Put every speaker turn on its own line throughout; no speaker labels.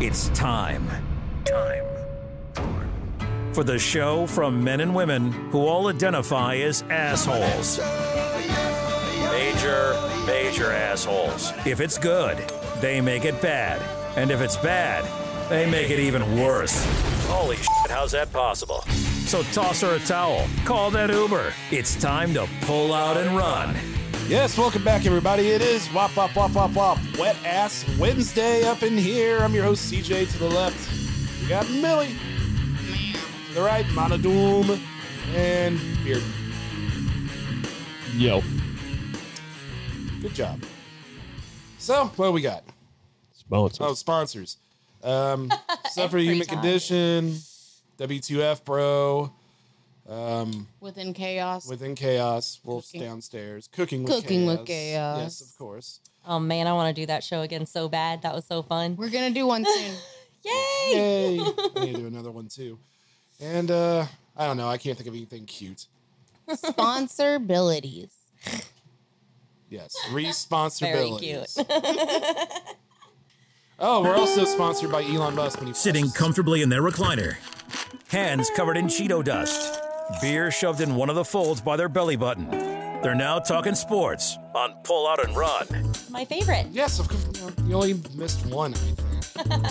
It's time. Time. For the show from men and women who all identify as assholes. Major, major assholes. If it's good, they make it bad. And if it's bad, they make it even worse. Holy shit, how's that possible? So toss her a towel, call that Uber. It's time to pull out and run.
Yes, welcome back, everybody. It is Wop Wop Wop Wop Wop Wet Ass Wednesday up in here. I'm your host, CJ, to the left. We got Millie. To the right, Monodoom. And Beard.
Yo.
Good job. So, what do we got?
Sponsors.
Oh, sponsors. Um, Stuff for Human
time.
Condition, W2F Bro,
Within chaos.
Within Chaos, Wolf's
Cooking.
Downstairs, Cooking with
Cooking
Chaos.
with Chaos.
Yes, of course.
Oh man, I want to do that show again so bad. That was so fun.
We're gonna do one soon.
Yay!
Yay. I need to do another one, too. And uh, I don't know. I can't think of anything cute.
Sponsorbilities.
Yes, responsibilities.
Very
oh, we're also sponsored by Elon Musk. When he
Sitting
flushes.
comfortably in their recliner, hands covered in Cheeto dust, beer shoved in one of the folds by their belly button. They're now talking sports on Pull Out and Run.
My favorite.
Yes, of course. You only missed one, I think.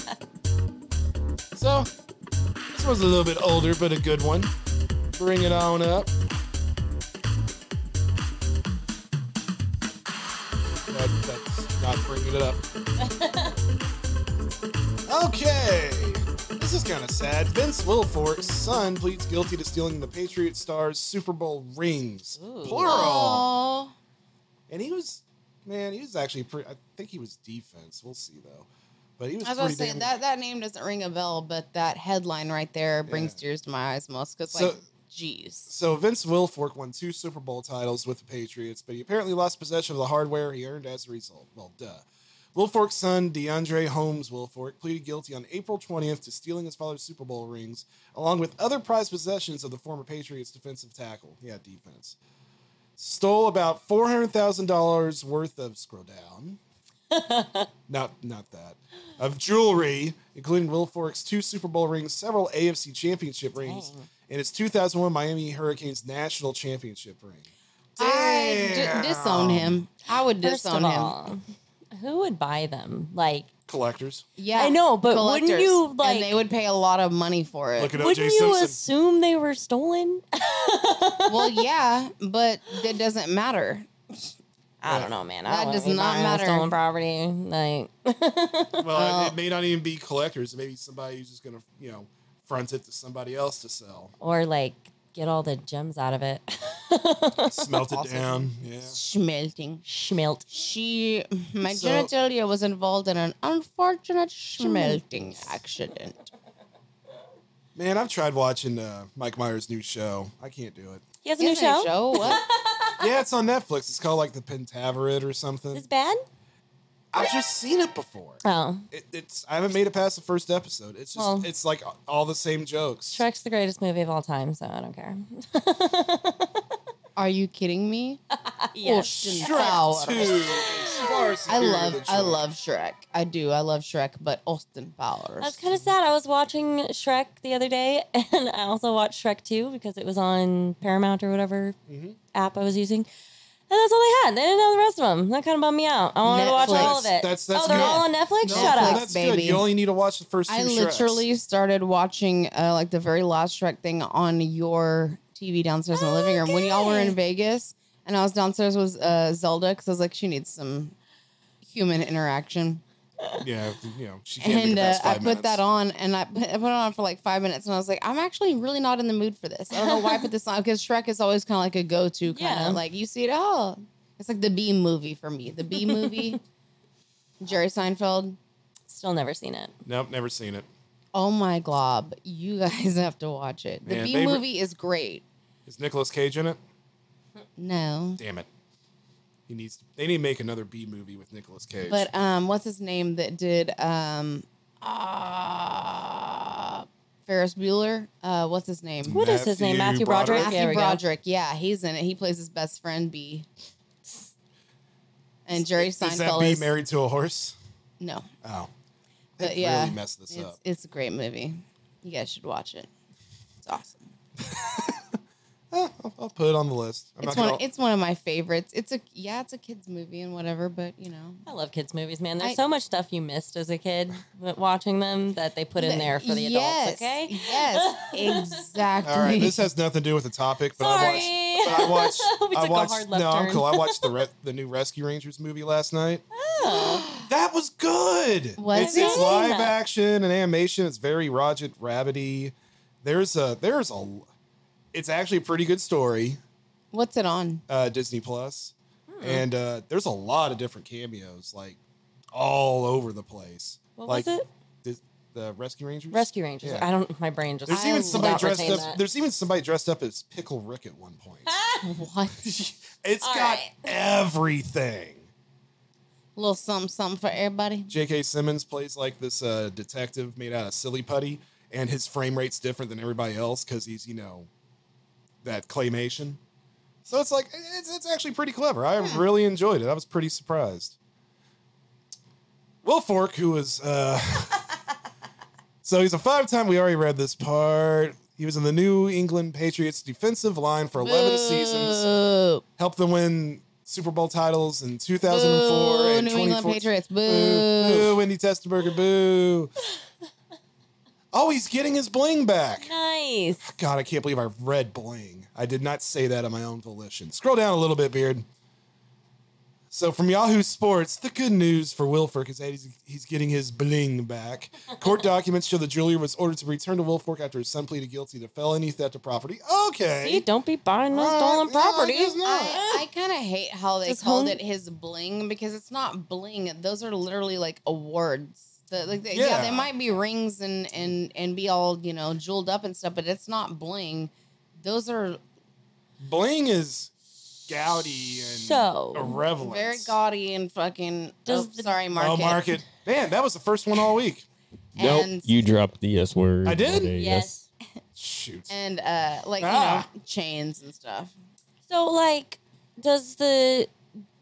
so, this one's a little bit older, but a good one. Bring it on up. That, that's not bringing it up. okay. This is kind of sad. Vince Wilfork's son pleads guilty to stealing the Patriot Stars Super Bowl rings. Plural.
Oh,
And he was, man, he was actually pretty. I think he was defense. We'll see though. But he was.
I was about
pretty
to say
damn-
that that name doesn't ring a bell, but that headline right there brings tears to my eyes most because like,
So-
jeez.
So Vince Wilfork won two Super Bowl titles with the Patriots, but he apparently lost possession of the hardware he earned as a result. Well, duh. Wilfork's son, DeAndre Holmes Wilfork, pleaded guilty on April 20th to stealing his father's Super Bowl rings, along with other prized possessions of the former Patriots defensive tackle. Yeah, defense. Stole about $400,000 worth of, scroll down, not not that of jewelry, including Will Fork's two Super Bowl rings, several AFC Championship rings,
Oh.
and its 2001 Miami Hurricanes national championship ring.
I d- disown him. I would
First
disown
of
him.
all, who would buy them? Like,
Collectors,
Yeah,
I know, but wouldn't
collectors.
you,
And
like-
they would pay a lot of money for it.
look it up, Jay
wouldn't you
Simpson.
assume they were stolen?
well, yeah, but that doesn't matter.
I don't know, man. I
That
don't
does
wanna be
not
buying
matter.
Stolen property, like
well,
Oh.
it- it may not even be collectors. Maybe somebody who's just gonna, you know, front it to somebody else to sell,
or like get all the gems out of it.
smelt it down. Yeah.
Schmelting.
Schmelt.
She, my
So-
genitalia was involved in an unfortunate smelting accident.
Man, I've tried watching uh, Mike Myers' new show. I can't do it.
He has a new
Isn't it
show.
a show? What?
Yeah, it's on Netflix. It's called like the Pentaveret or something.
It's bad.
I've just seen it before.
Oh,
it, it's I haven't made it past the first episode. It's just
Well.
it's like all the same jokes.
Shrek's the greatest movie of all time, so I don't care.
Are you kidding me?
yes.
Shrek
Power.
two is far
I
superior
love
than
I
Shrek.
love Shrek. I do. I love Shrek, but Austin Powers.
That's kind of sad. I was watching Shrek the other day, and I also watched Shrek 2 because it was on Paramount or whatever
Mm-hmm.
app I was using. And that's all they had. They didn't have the rest of them. That kind of bummed me out. I wanted to watch
Netflix.
all of it.
That's- that's
oh, they're
good.
all on Netflix?
No,
Shut up.
That's good.
baby.
You only need to watch the first. Two
I
Shreks.
literally started watching uh, like the very last Shrek thing on your TV downstairs
Oh,
in the living room when y'all were in
Okay.
Vegas, and I was downstairs with uh, Zelda because I was like, she needs some human interaction.
yeah, you know, she can't make it
and uh,
past
I
five
put
minutes.
that on, and I put, I put it on for like five minutes, and I was like, I'm actually really not in the mood for this. I don't know why I put this on because Shrek is always kind of like a go-to kind of
Yeah.
like you see it all. It's like the B movie for me. The B movie, Jerry Seinfeld.
Still never seen it.
Nope, never seen it.
Oh my glob! You guys have to watch it. The
Man,
B
they re-
movie is great.
Is Nicolas Cage in it?
No,
Damn it. He needs. They need to make another B movie with Nicolas Cage.
but um, what's his name that did um, uh, Ferris Bueller? Uh, what's his name?
What is his name?
Matthew
Matthew
Broderick?
Broderick?
Matthew
There we go.
Broderick. Yeah, he's in it. He plays his best friend B. And Jerry
is
Seinfeld
that B
is
married to a horse?
no.
Oh,
But
They
yeah,
really messed this
it's,
up.
It's a great movie. You guys should watch it. It's awesome.
I'll, I'll put it on the list. I'm
It's
not
one.
gonna,
It's one of my favorites. It's a yeah. It's a kids movie and whatever, but you know.
I love kids' movies, man. There's
I-
so much stuff you missed as a kid watching them that they put in there for the
yes,
adults. Okay.
Yes. Exactly.
all right, this has nothing to do with the topic, but I watched.
Sorry.
But I watched.
We
I
took a
watched.
hard left
no, I'm
turn.
cool. I watched the re- the new Rescue Rangers movie last night.
Oh.
That was good.
Was
it's,
it?
it's live
Yeah.
action and animation. It's very Roger Rabbity. There's a there's a. It's actually a pretty good story.
What's it on?
Uh, Disney Plus,
Hmm.
and uh, there's a lot of different cameos like all over the place.
What
like,
was it?
The, the Rescue Rangers.
Rescue Rangers.
Yeah.
I don't. My brain just.
There's
I
even somebody
love
dressed
retain
up.
that.
There's even somebody dressed up as Pickle Rick at one point.
What?
It's
All
got
right.
everything.
little something, something for everybody.
J.K. Simmons plays like this uh, detective made out of silly putty, and his frame rate's different than everybody else because he's you know that claymation. So it's like it's, it's actually pretty clever. I really enjoyed it. I was pretty surprised. Will Fork, who was uh, so he's a five-time. We already read this part. He was in the New England Patriots defensive line for 11 seasons.
Boo.
helped them win Super Bowl titles in 2004
Boo,
and
New England
2014.
Patriots. Boo.
Boo, Wendy Testenberger. Boo. oh, he's getting his bling back.
nice.
God, I can't believe I read bling. I did not say that on my own volition. Scroll down a little bit, Beard. So from Yahoo Sports, the good news for Wilfork is that he's, he's getting his bling back. Court documents show that Julia was ordered to return to Wilfork after his son pleaded guilty to felony theft of property. Okay.
See, don't be buying those
Right,
stolen
yeah, I
property.
guess not.
I, I kind of hate how they
Just
called
hone-
it his bling because it's not bling. Those are literally like awards. The, like the, yeah.
Yeah.
they might be rings and and and be all you know jeweled up and stuff, but it's not bling. Those are
Bling is gaudy and
So,
irrelevant.
very gaudy and fucking.
Does
oh,
the-
sorry, market.
Oh, market. Man, that was the first one all week.
Nope,
And-
you dropped the S word.
I did?
Okay,
Yes.
Shoot.
And uh, like
Ah.
you know, chains and stuff.
So, like, does the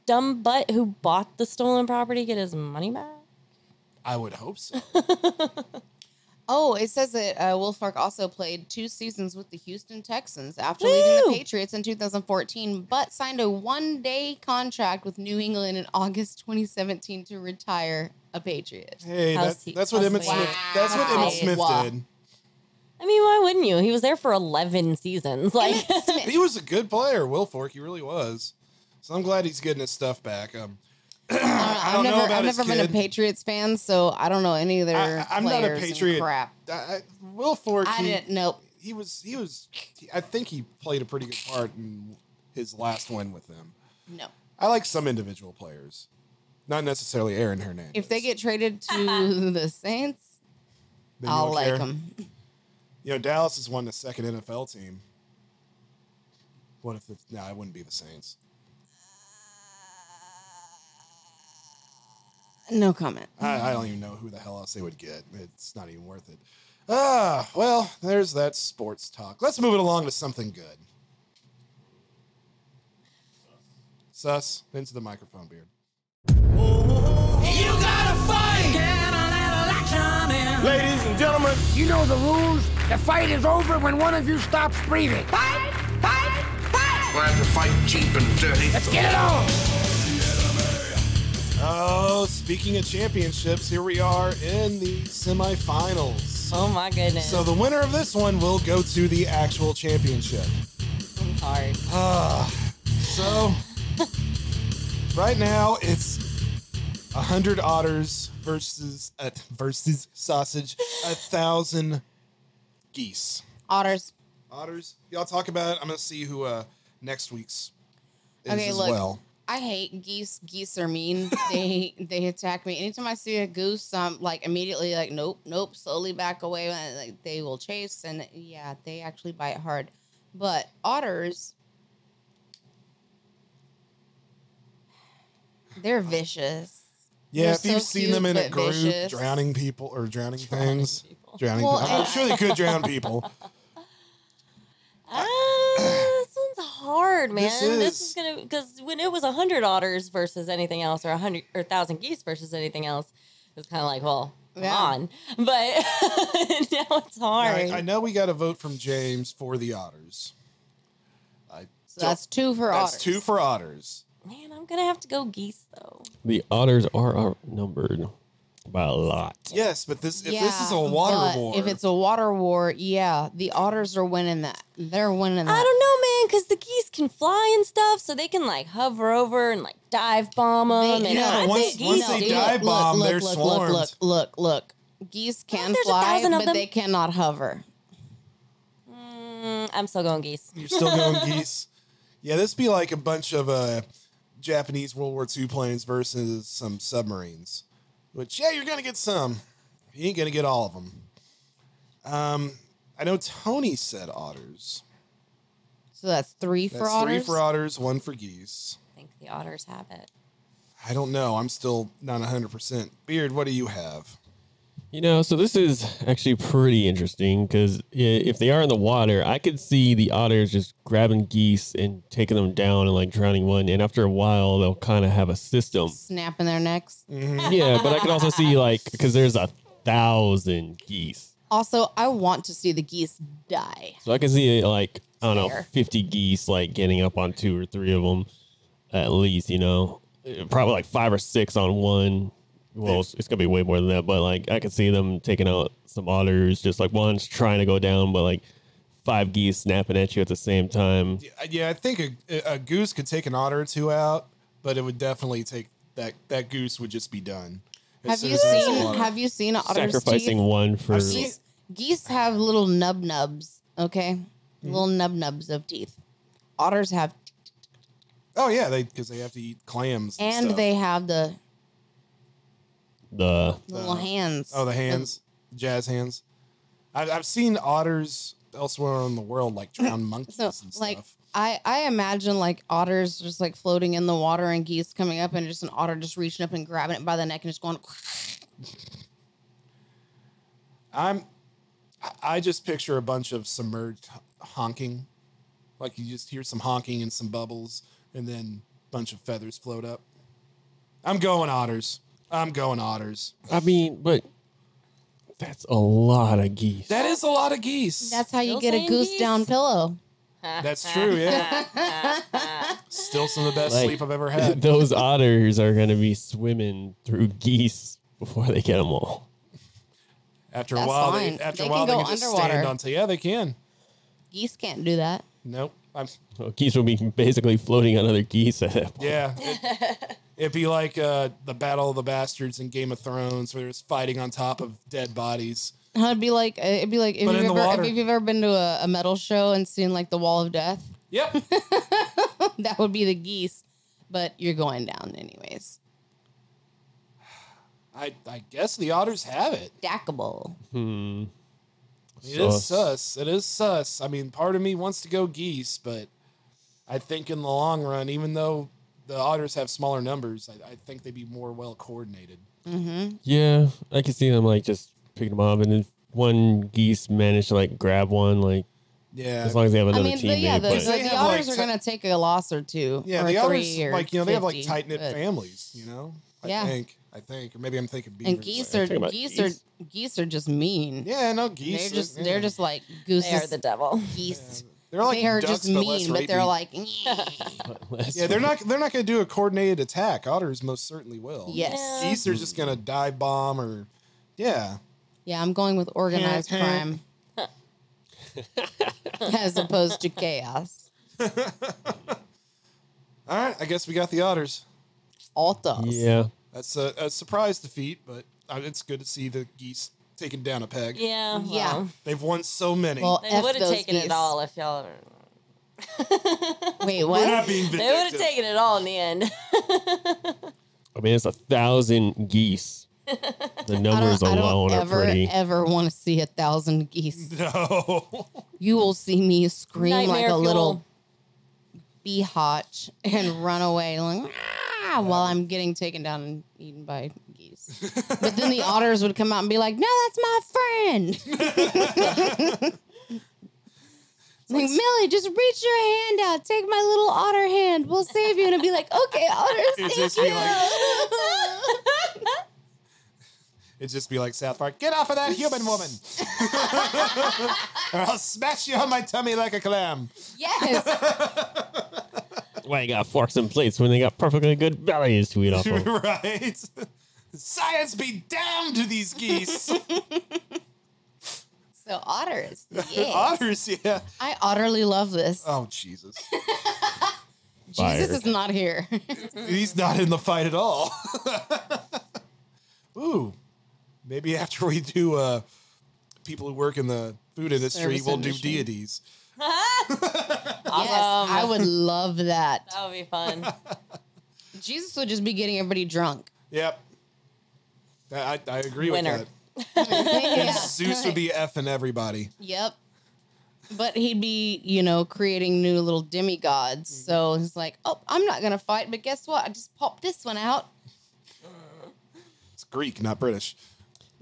dumb butt who bought the stolen property get his money back?
I would hope so.
Oh, it says that uh, Wilfork also played two seasons with the Houston Texans after leaving the
Woo!
Patriots in 2014, but signed a one day contract with New England in August 2017 to retire a Patriot.
Hey,
How's
that,
he-
that's what
how's
Emmett
he-
Smith. That's what
Wow.
Emmett Smith
Wow.
did.
I mean, why wouldn't you? He was there for 11 seasons. Like,
He was a good player, Will Fork. He really was. So I'm glad he's getting his stuff back. Um, I
Uh, I've
don't
never,
know about
I've
his
never been a
kid.
Patriots fan, so I don't know any of their
I- I'm not a
players and
Patriot.
crap.
I, I, Will Fork.
I
he,
didn't. Nope.
he was. He was. I think he played a pretty good part in his last win with them.
No.
I like some individual players, not necessarily Aaron Hernandez.
If they get traded to the Saints,
Then you
I'll
don't
like
care?
them.
You know, Dallas has won the second NFL team. What if it's no, it wouldn't be the Saints.
No comment.
I, I don't even know who the hell else they would get. It's not even worth it. Ah, well, there's that sports talk. Let's move it along to something good. Sus, into the microphone, beard.
You gotta fight! Get a little action in.
Ladies and gentlemen,
You know the rules. The fight is over when one of you stops breathing. Fight! Fight! Fight!
We'll have to fight cheap and dirty.
Let's get it on!
Oh, speaking of championships, here we are in the semifinals.
oh my goodness.
So the winner of this one will go to the actual championship.
It's hard.
Uh, so, right now it's a hundred otters versus uh, versus sausage, a thousand geese.
Otters.
Otters, y'all talk about it. I'm gonna see who uh, next week's is
Okay,
as
look.
well.
I hate geese. Geese are mean. they they attack me. Anytime I see a goose, I'm like immediately like nope, nope, slowly back away. And, Like they will chase, and yeah, they actually bite hard. But otters, they're vicious.
Yeah,
They're
if you've
so
seen
cute,
them in a
but
group
vicious.
drowning people or drowning, things,
people.
drowning.
Well,
people. I'm, I'm
and-
sure they could drown people.
Ah, this one's hard, man. This is,
is-
gonna because when it was hundred otters versus anything else, or hundred or thousand geese versus anything else, it's kind of like, well,
Yeah.
on. But now it's hard.
I, I know we got a vote from James for the otters. I
So that's two for
that's
otters.
two for otters.
Man, I'm gonna have to go geese though.
The otters are outnumbered by a lot.
Yes, but this if this is a
Yeah,
water
but
war,
If it's a water war, yeah, the otters are winning that. They're winning that.
I don't know, man, because the geese can fly and stuff, so they can like hover over and like dive bomb them.
They-
and
Yeah,
I
but
think
once-
geese-
once they
do.
dive bomb, they're
look,
swarmed.
Look, look, look, look. Geese can
there's a
fly,
thousand of
but
them.
they cannot hover.
Mm, I'm still going geese.
you're still going geese. Yeah, this be like a bunch of uh, Japanese World War II planes versus some submarines. Which yeah, you're gonna get some. You ain't gonna get all of them. Um, I know Tony said otters.
So that's three
That's
for otters.
three for otters, one for geese.
I think the otters have it.
I don't know. I'm still not 100%. Beard, what do you have?
You know, so this is actually pretty interesting because if they are in the water, I could see the otters just grabbing geese and taking them down and like drowning one. And after a while, they'll kind of have a system.
Snapping their necks.
Mm.
yeah, but I could also see like because there's a thousand geese,
Also, I want to see the geese die.
so I can see uh, like I don't know
Fair.
fifty geese like getting up on two or three of them at least. You know, Uh, probably like five or six on one. Well, it's, it's gonna be way more than that, but like I could see them taking out some otters, just like one's trying to go down, but like five geese snapping at you at the same time.
Yeah, yeah I think a, a goose could take an otter or two out, but it would definitely take that that goose would just be done.
Have you seen? Have you seen an otter's
Sacrificing
teeth?
one for
I've seen-
Geese, geese have little nub nubs. Okay,
Mm.
little nub nubs of teeth. Otters have,
Oh yeah, they because they have to eat clams and,
and
stuff.
they have the
the
little hands.
oh the hands, jazz hands. I've, I've seen otters elsewhere in the world like drown monkeys
So
and stuff.
like I I imagine like otters just like floating in the water and geese coming up and just an otter just reaching up and grabbing it by the neck and just going.
I'm, I- I just picture a bunch of submerged h- honking, like you just hear some honking and some bubbles, and then a bunch of feathers float up. I'm going otters. I'm going otters.
I mean, but that's a lot of geese.
That is a lot of geese.
That's how you
Still
get a
saying
goose
geese?
down pillow.
That's true. Yeah. Still some of the best
Like-
sleep I've ever had.
those otters are going to be swimming through geese before they get them all.
After a
That's
while,
fine.
they, after
They
a while,
can
they
go
can just stand
underwater.
on. Yeah, they can.
Geese can't do that.
Nope. I'm,
Well, geese will be basically floating on other geese at that point.
yeah. It, it'd be like uh, the Battle of the Bastards in Game of Thrones, where there's fighting on top of dead bodies.
It'd be like uh, it'd be like if,
But
you've
in the
ever,
water.
if you've ever been to a, a metal show and seen like the Wall of Death,
Yep.
that would be the geese. But you're going down anyways.
I, I guess the otters have it.
Stackable.
Hmm.
It is sus. It is sus. I mean, part of me wants to go geese, but I think in the long run, even though the otters have smaller numbers, I, I think they'd be more well coordinated.
Mm-hmm.
Yeah, I can see them like just picking them up, and then one geese managed to like grab one. Like
Yeah.
as long as they have
I
another
mean, but
teammate.
yeah, the,
but-
the,
They
the
have, like,
otters are
ti-
gonna take a loss or two.
yeah,
or
the otters,
three or
like, you know, they have like
50,
tight knit
but-
families, you know? I
Yeah.
think. I think. Or maybe I'm thinking beavers.
And geese
but-
are
talking about
geese,
geese?
are geese are just mean.
Yeah, no, geese.
they're just
yeah.
they're just like goose.
They are the devil.
geese.
They're like
they are
ducks,
just
but less
mean, but they're
rapey.
like
Yeah, they're not they're not gonna do a coordinated attack. Otters most certainly will.
yes.
Yeah.
Geese are just gonna dive bomb or yeah.
Yeah, I'm going with organized
Yeah.
crime as opposed to chaos.
All right, I guess we got the otters.
Altos.
Yeah,
That's a, a surprise defeat, but uh, it's good to see the geese taking down a peg.
Yeah.
Yeah.
well,
They've won so many.
Well,
They
F
would have
those
taken
geese.
it all if y'all.
Wait,
We're not
what?
being
They would have
vindictive.
taken it all in the end.
I mean it's a thousand geese. The
I don't,
numbers
I
alone
don't
are
ever, e-
pretty.
ever want to see a thousand geese.
No.
You will see me scream like a
Nightmare
little
fuel.
bee hotch and run away like, "Ah," while I'm getting taken down and eaten by geese. but then the otters would come out and be like, no, that's my friend. Like, Millie, just reach your hand out. Take my little otter hand. We'll save you. And I'd be like, okay, otters,
It'd
thank
just
you.
be like, it'd It'd just be like South Park, get off of that human woman. or I'll smash you on my tummy like a clam.
Yes.
Why you got forks and plates when they got perfectly good values to eat off of?
right? Science be damned to these geese.
so otters. Yes.
Otters, yeah.
I utterly love this.
Oh, Jesus.
Jesus
Fired.
is not here.
He's not in the fight at all. Ooh, maybe after we do uh, people who work in the food industry,
Service
we'll
industry.
do deities.
Yes, I would love that.
That would be fun.
Jesus would just be getting everybody drunk.
Yep. I, I, I agree
Winner.
with
Yeah.
that. Zeus would be effing everybody.
Yep. But he'd be, you know, creating new little demigods.
Mm-hmm.
So he's like, oh, I'm not going to fight, but guess what? I just popped this one out.
It's Greek, not British.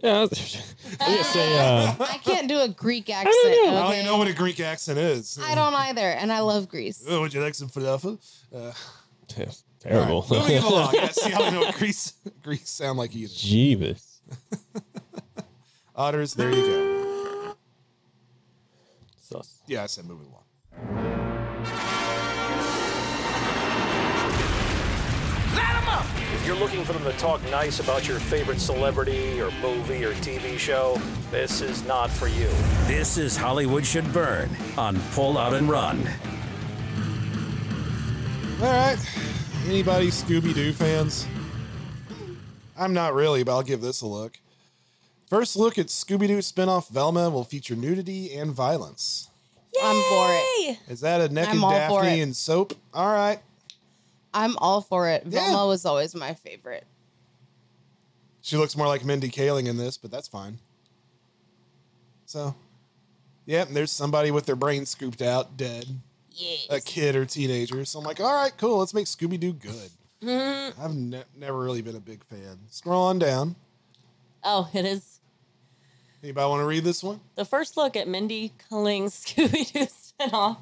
Yeah, I was- I'm gonna say uh,
I can't do a Greek accent.
I don't
okay?
even know what a Greek accent is.
I don't either. And I love Greece.
Oh, would you like some falafel? Uh,
it's terrible.
all right, moving along. Yeah, see, I don't know what Greece, Greece sound like either.
Jeebus.
Otters, there you go.
Sus.
Yeah, I said moving along.
If you're looking for them to talk nice about your favorite celebrity or movie or TV show, this is not for you. This is Hollywood Should Burn on Pull Out and Run.
All right. Anybody Scooby Doo fans? I'm not really, but I'll give this a look. First look at Scooby Doo spinoff Velma will feature nudity and violence.
I'm for it.
Hey,
Is that a naked
I'm all for
Daphne
it.
and soap? All right.
I'm all for it.
Yeah.
Velma was always my favorite.
She looks more like Mindy Kaling in this, but that's fine. So, yep, there's somebody with their brain scooped out, dead,
Yes.
a kid or teenager. So I'm like, all right, cool, let's make Scooby Doo good.
Mm-hmm.
I've ne- never really been a big fan. Scroll on down.
Oh, it is
Anybody want to read this one?
the first look at Mindy Kaling's Scooby Doo spinoff,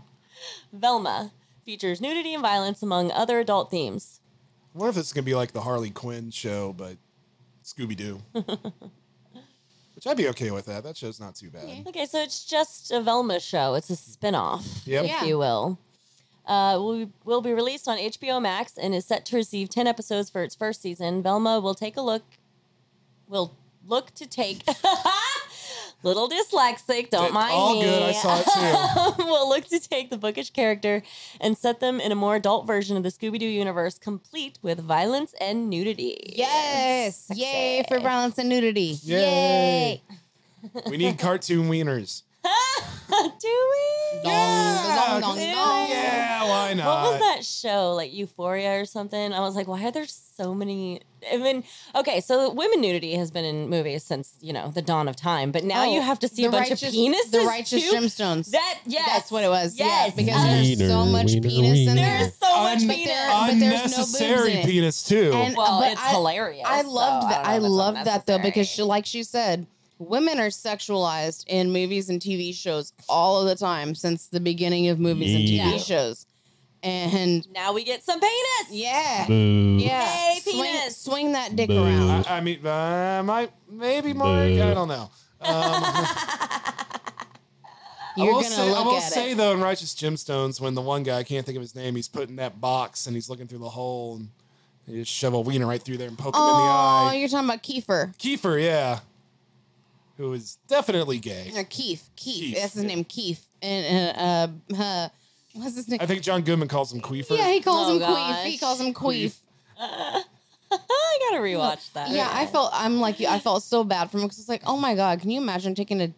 Velma, features nudity and violence among other adult themes.
I wonder if it's gonna be like the Harley Quinn show, but Scooby Doo. Which I'd be okay with that. That show's not too bad.
Okay, so it's just a Velma show. It's a spinoff,
Yep.
Yeah.
if you will. Uh, will, be, will be released on HBO Max and is set to receive 10 episodes for its first season. Velma will take a look, will look to take. Little dyslexic, don't mind
All
me.
good. I saw it too.
will look to take the bookish character and set them in a more adult version of the Scooby Doo universe, complete with violence and nudity.
Yes. Yay for violence and nudity.
Yay. we need cartoon wieners.
Do we?
Dong, dong, dong,
Yeah.
dong.
Yeah, why not?
What was that show? Like Euphoria or something? I was like, why are there so many? I mean, okay, so women nudity has been in movies since you know the dawn of time, but now
Oh,
you have to see
the
a bunch of
righteous-
penises.
The righteous
too?
gemstones.
That yes,
That's what it was.
Yes,
Yeah, because
Uh,
there's so
Wiener,
much
wiener,
penis in
wiener.
there.
there's so much
Un-
but
penis.
there- but there's no boobs
unnecessary
in it.
penis too.
And-
well,
but
it's
I-
hilarious.
I
so
loved
don't
that.
know
I
if that's
loved that though because, she,
unnecessary.
like she said, women are sexualized in movies and TV shows all of the time since the beginning of movies and TV
Yeah.
shows. And
now we get some penis.
yeah,
Boo.
yeah,
Yay,
swing,
penis.
swing that dick
Boo.
around.
I, I mean, uh, might maybe Mark. I don't know. Um,
You're
I will
gonna
say,
look
I will
at
say
it.
though, in Righteous Gemstones, when the one guy I can't think of his name, he's putting that box and he's looking through the hole and you just shove a wiener right through there and poke him in the
Oh,
eye.
you're talking about Kiefer.
Kiefer, yeah, who is definitely gay.
Or Keith. Keith.
Keith,
That's his
yeah.
name, Keith. And uh, uh, uh, what's his name?
I think John Goodman calls him Queefer.
Yeah, he calls
Oh,
him
gosh.
Queef. He calls him Queef.
I gotta rewatch that.
Yeah, I felt I'm like you. I felt so bad for him because it's like, oh my god, can you imagine taking a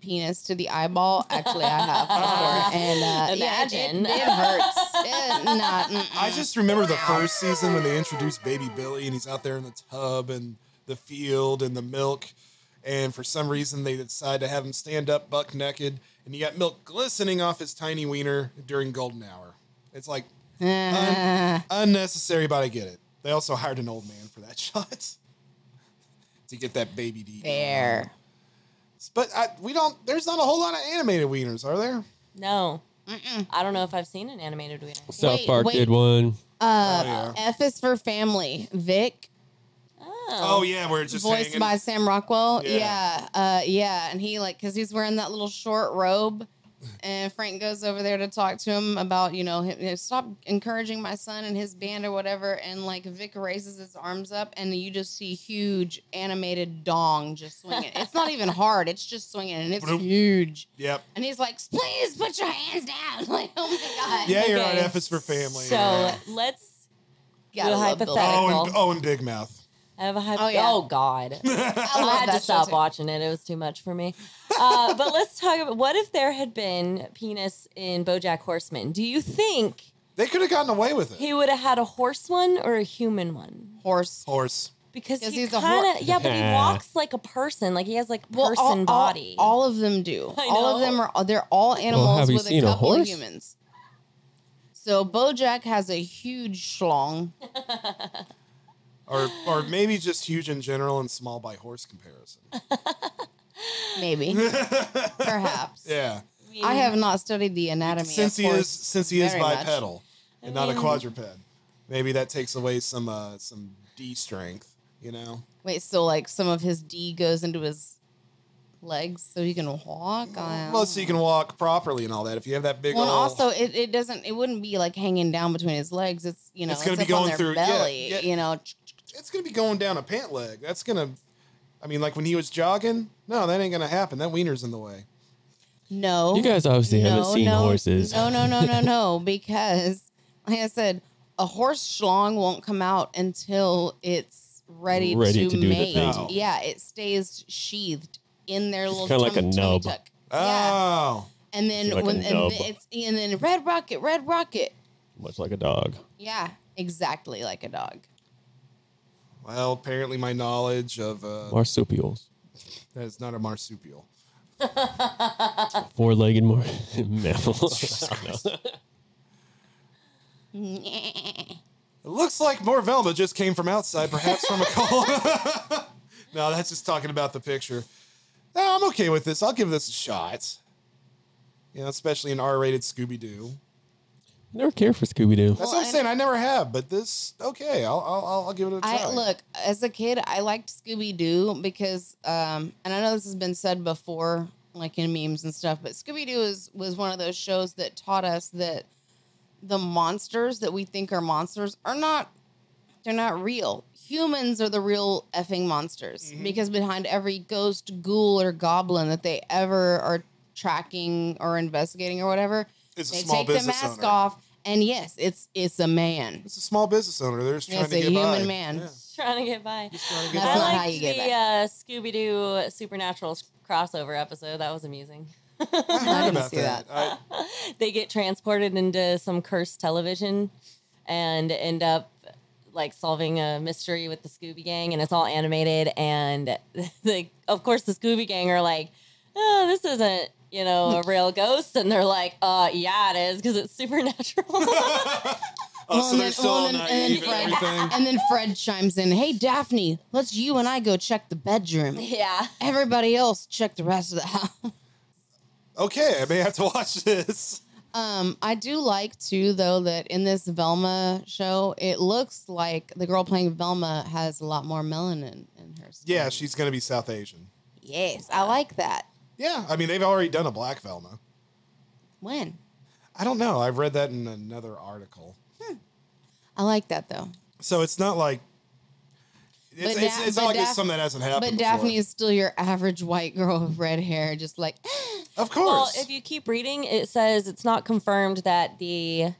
penis to the eyeball? Actually, I have before, and uh,
Imagine.
yeah, it, it, it hurts. It, nah, mm-mm.
I just remember the first season when they introduced Baby Billy and he's out there in the tub and the field and the milk. And for some reason, they decide to have him stand up buck naked and you got milk glistening off his tiny wiener during golden hour. It's like un- unnecessary, but I get it. They also hired an old man for that shot to get that baby D.
fair.
But I, we don't, there's not a whole lot of animated wieners, are there?
no. I don't know if I've seen an animated wiener.
South
Wait,
Park
Oh,
wait.
did one.
Uh, F is for family. Vic.
Oh yeah, we're just
voiced
hanging.
by Sam Rockwell.
Yeah.
Yeah. Uh, yeah. And he, like, because he's wearing that little short robe. And Frank goes over there to talk to him about, you know, him, you know, stop encouraging my son and his band or whatever. And like Vic raises his arms up, and you just see huge animated dong just swinging. it's not even hard; it's just swinging, and it's
Bloop.
huge.
Yep.
And he's like, "Please put your hands down!" Like, oh my god,
Yeah, you're on
Okay,
F is for family.
So
yeah.
let's.
Gotta
Little
love Bill.
hypothetical.
Oh, and oh, and Big Mouth.
I have a hypo-
Oh, yeah.
oh God.
I
I
love
had
that
to
show,
stop
too.
watching it. It was too much for me. Uh, but let's talk about what if there had been penis in BoJack Horseman? Do you think
They could have gotten away with it.
he would have had a horse one or a human one?
Horse.
Horse.
Because
'Cause
he
he's
kind
a
of
hor-
yeah, but he
Yeah.
walks like a person. Like he has like person body.
All, of them do.
I
All of
know.
them are. They're all animals
have you
with a
seen a
couple of
horse?
humans. So BoJack has a huge schlong.
Or or maybe just huge in general and small by horse comparison.
Maybe, perhaps.
Yeah.
I have not studied the anatomy. of
since he
horse
is since he is
very much.
bipedal and not a quadruped. Maybe that takes away some uh some D strength, you know?
Wait, so like some of his D goes into his legs, so he can walk. I-
Well, so you can walk properly and all that. If you have that big
Oh. Well, and
ol'
also it, it doesn't. It wouldn't be like hanging down between his legs. It's you know
It's gonna be
up on
going
their
through- yeah,
belly.
yeah.
You know,
it's gonna be going down a pant leg. That's gonna I mean, like when he was jogging, no, that ain't gonna happen. That wiener's in the way.
No.
You guys obviously haven't seen
no,
horses.
No, no, no, no, no. Because, like I said, a horse schlong won't come out until it's ready, to,
Ready to do the
mate.
thing.
Yeah, it stays sheathed in their little
kinda like a
tum- tummy
nub.
tuck. Yeah.
Oh.
And then
It's like a
when and
nub.
th- it's and then red rocket, red rocket.
Much like a dog.
Yeah, exactly like a dog.
Well, apparently my knowledge of uh
Marsupials.
that is not a marsupial.
Four legged mar- mammals.
It looks like more Velma just came from outside, perhaps from a call. no, that's just talking about the picture. No, I'm okay with this. I'll give this a shot. You know, especially an R-rated Scooby-Doo.
Never cared for Scooby Doo.
That's
Well,
what I'm
and-
saying. I never have, but this okay. I'll I'll, I'll- I'll give it a try.
I look as a kid, I liked Scooby Doo because, um, and I know this has been said before, like in memes and stuff, but Scooby Doo is was one of those shows that taught us that the monsters that we think are monsters are not. They're not real. Humans are the real effing monsters
Mm-hmm.
because behind every ghost, ghoul, or goblin that they ever are tracking or investigating or whatever,
It's a
they
small
take the
business
mask
owner.
off. And yes, it's it's a man.
It's a small business owner. They're just trying
It's
to
a
get
human
by.
man.
Yeah.
trying to get by.
Trying to get
That's
by.
I
not
liked
how you get
the
back.
uh, Scooby Doo Supernatural s- crossover episode. That was amusing.
I
I
heard
didn't
about
see
that. I-
they get transported into some cursed television and end up like solving a mystery with the Scooby Gang, and it's all animated. And like, of course, the Scooby Gang are like, "Oh, this isn't." You know, a real ghost, and they're like, "Uh, yeah, it is, because it's supernatural."
oh, so
and
they're
then-
still
well,
on
and
that
then- and
even
then
everything.
And then Fred chimes in, "Hey Daphne, let's you and I go check the bedroom.
yeah,
Everybody else check the rest of the house."
Okay, I may have to watch this.
Um, I do like too though that in this Velma show, it looks like the girl playing Velma has a lot more melanin in her. skin.
Yeah, she's gonna be South Asian.
Yes, I like that.
Yeah, I mean they've already done a Black Velma.
When?
I don't know. I've read that in another article.
I like that though.
So it's not like it's,
But
it's,
Da-
it's not
but
like it's
Daph-
something that hasn't happened.
But
before.
Daphne is still your average white girl with red hair, just like
of
Well,
course.
if you keep reading, it says it's not confirmed that the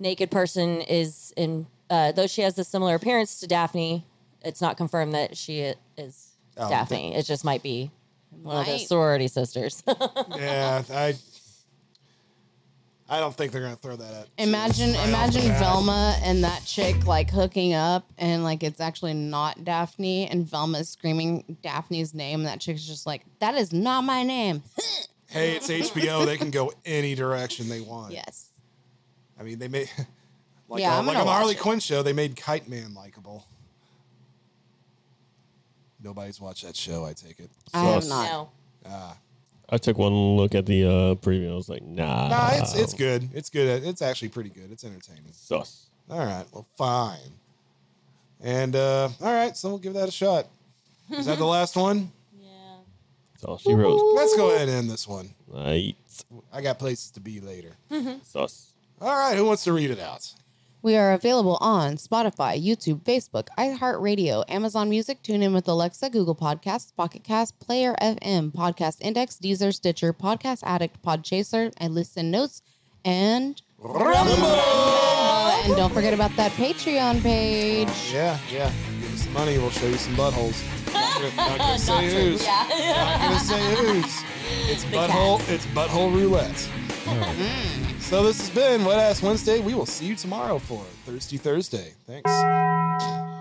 naked person is in, uh, though she has a similar appearance to Daphne, it's not confirmed that she i- is
Oh,
Daphne. It just might be one of the
Might.
sorority sisters.
yeah, I I don't think they're gonna throw that at.
Imagine,
I don't
imagine
think-
Velma and that chick like hooking up, and like it's actually not Daphne, and Velma is screaming Daphne's name. And that chick's just like, "That is not my name."
Hey, it's HBO. they can go any direction they want.
yes,
I mean, they made like,
Yeah,
on-
I'm
like
gonna
on the
watch
Harley
it.
Quinn show, they made Kite Man likable. Nobody's watched that show. I take it.
I have
Sus.
not.
no.
I took one look at the uh, preview. I was like, nah.
Nah, it's it's good. It's good. It's actually pretty good. It's entertaining.
Sus.
All right. Well, fine. And uh, all right, so we'll give that a shot. Is that the last one?
Yeah.
That's all she wrote.
Let's go ahead and end this one.
Night
I got places to be later.
sauce.
All right, who wants to read it out?
We are available on Spotify, YouTube, Facebook, iHeartRadio, Amazon Music, TuneIn with Alexa, Google Podcasts, Pocket Cast, Player FM, Podcast Index, Deezer, Stitcher, Podcast Addict, Podchaser, and Listen Notes, and and don't forget about that Patreon page.
Yeah, yeah. Give us some money, we'll show you some buttholes. Not gonna, not gonna say
true.
whose.
Yeah.
Not gonna say whose. It's butthole. It's butthole roulette.
Hmm.
so this has been Wet Ass Wednesday. We will see you tomorrow for Thirsty Thursday. Thanks.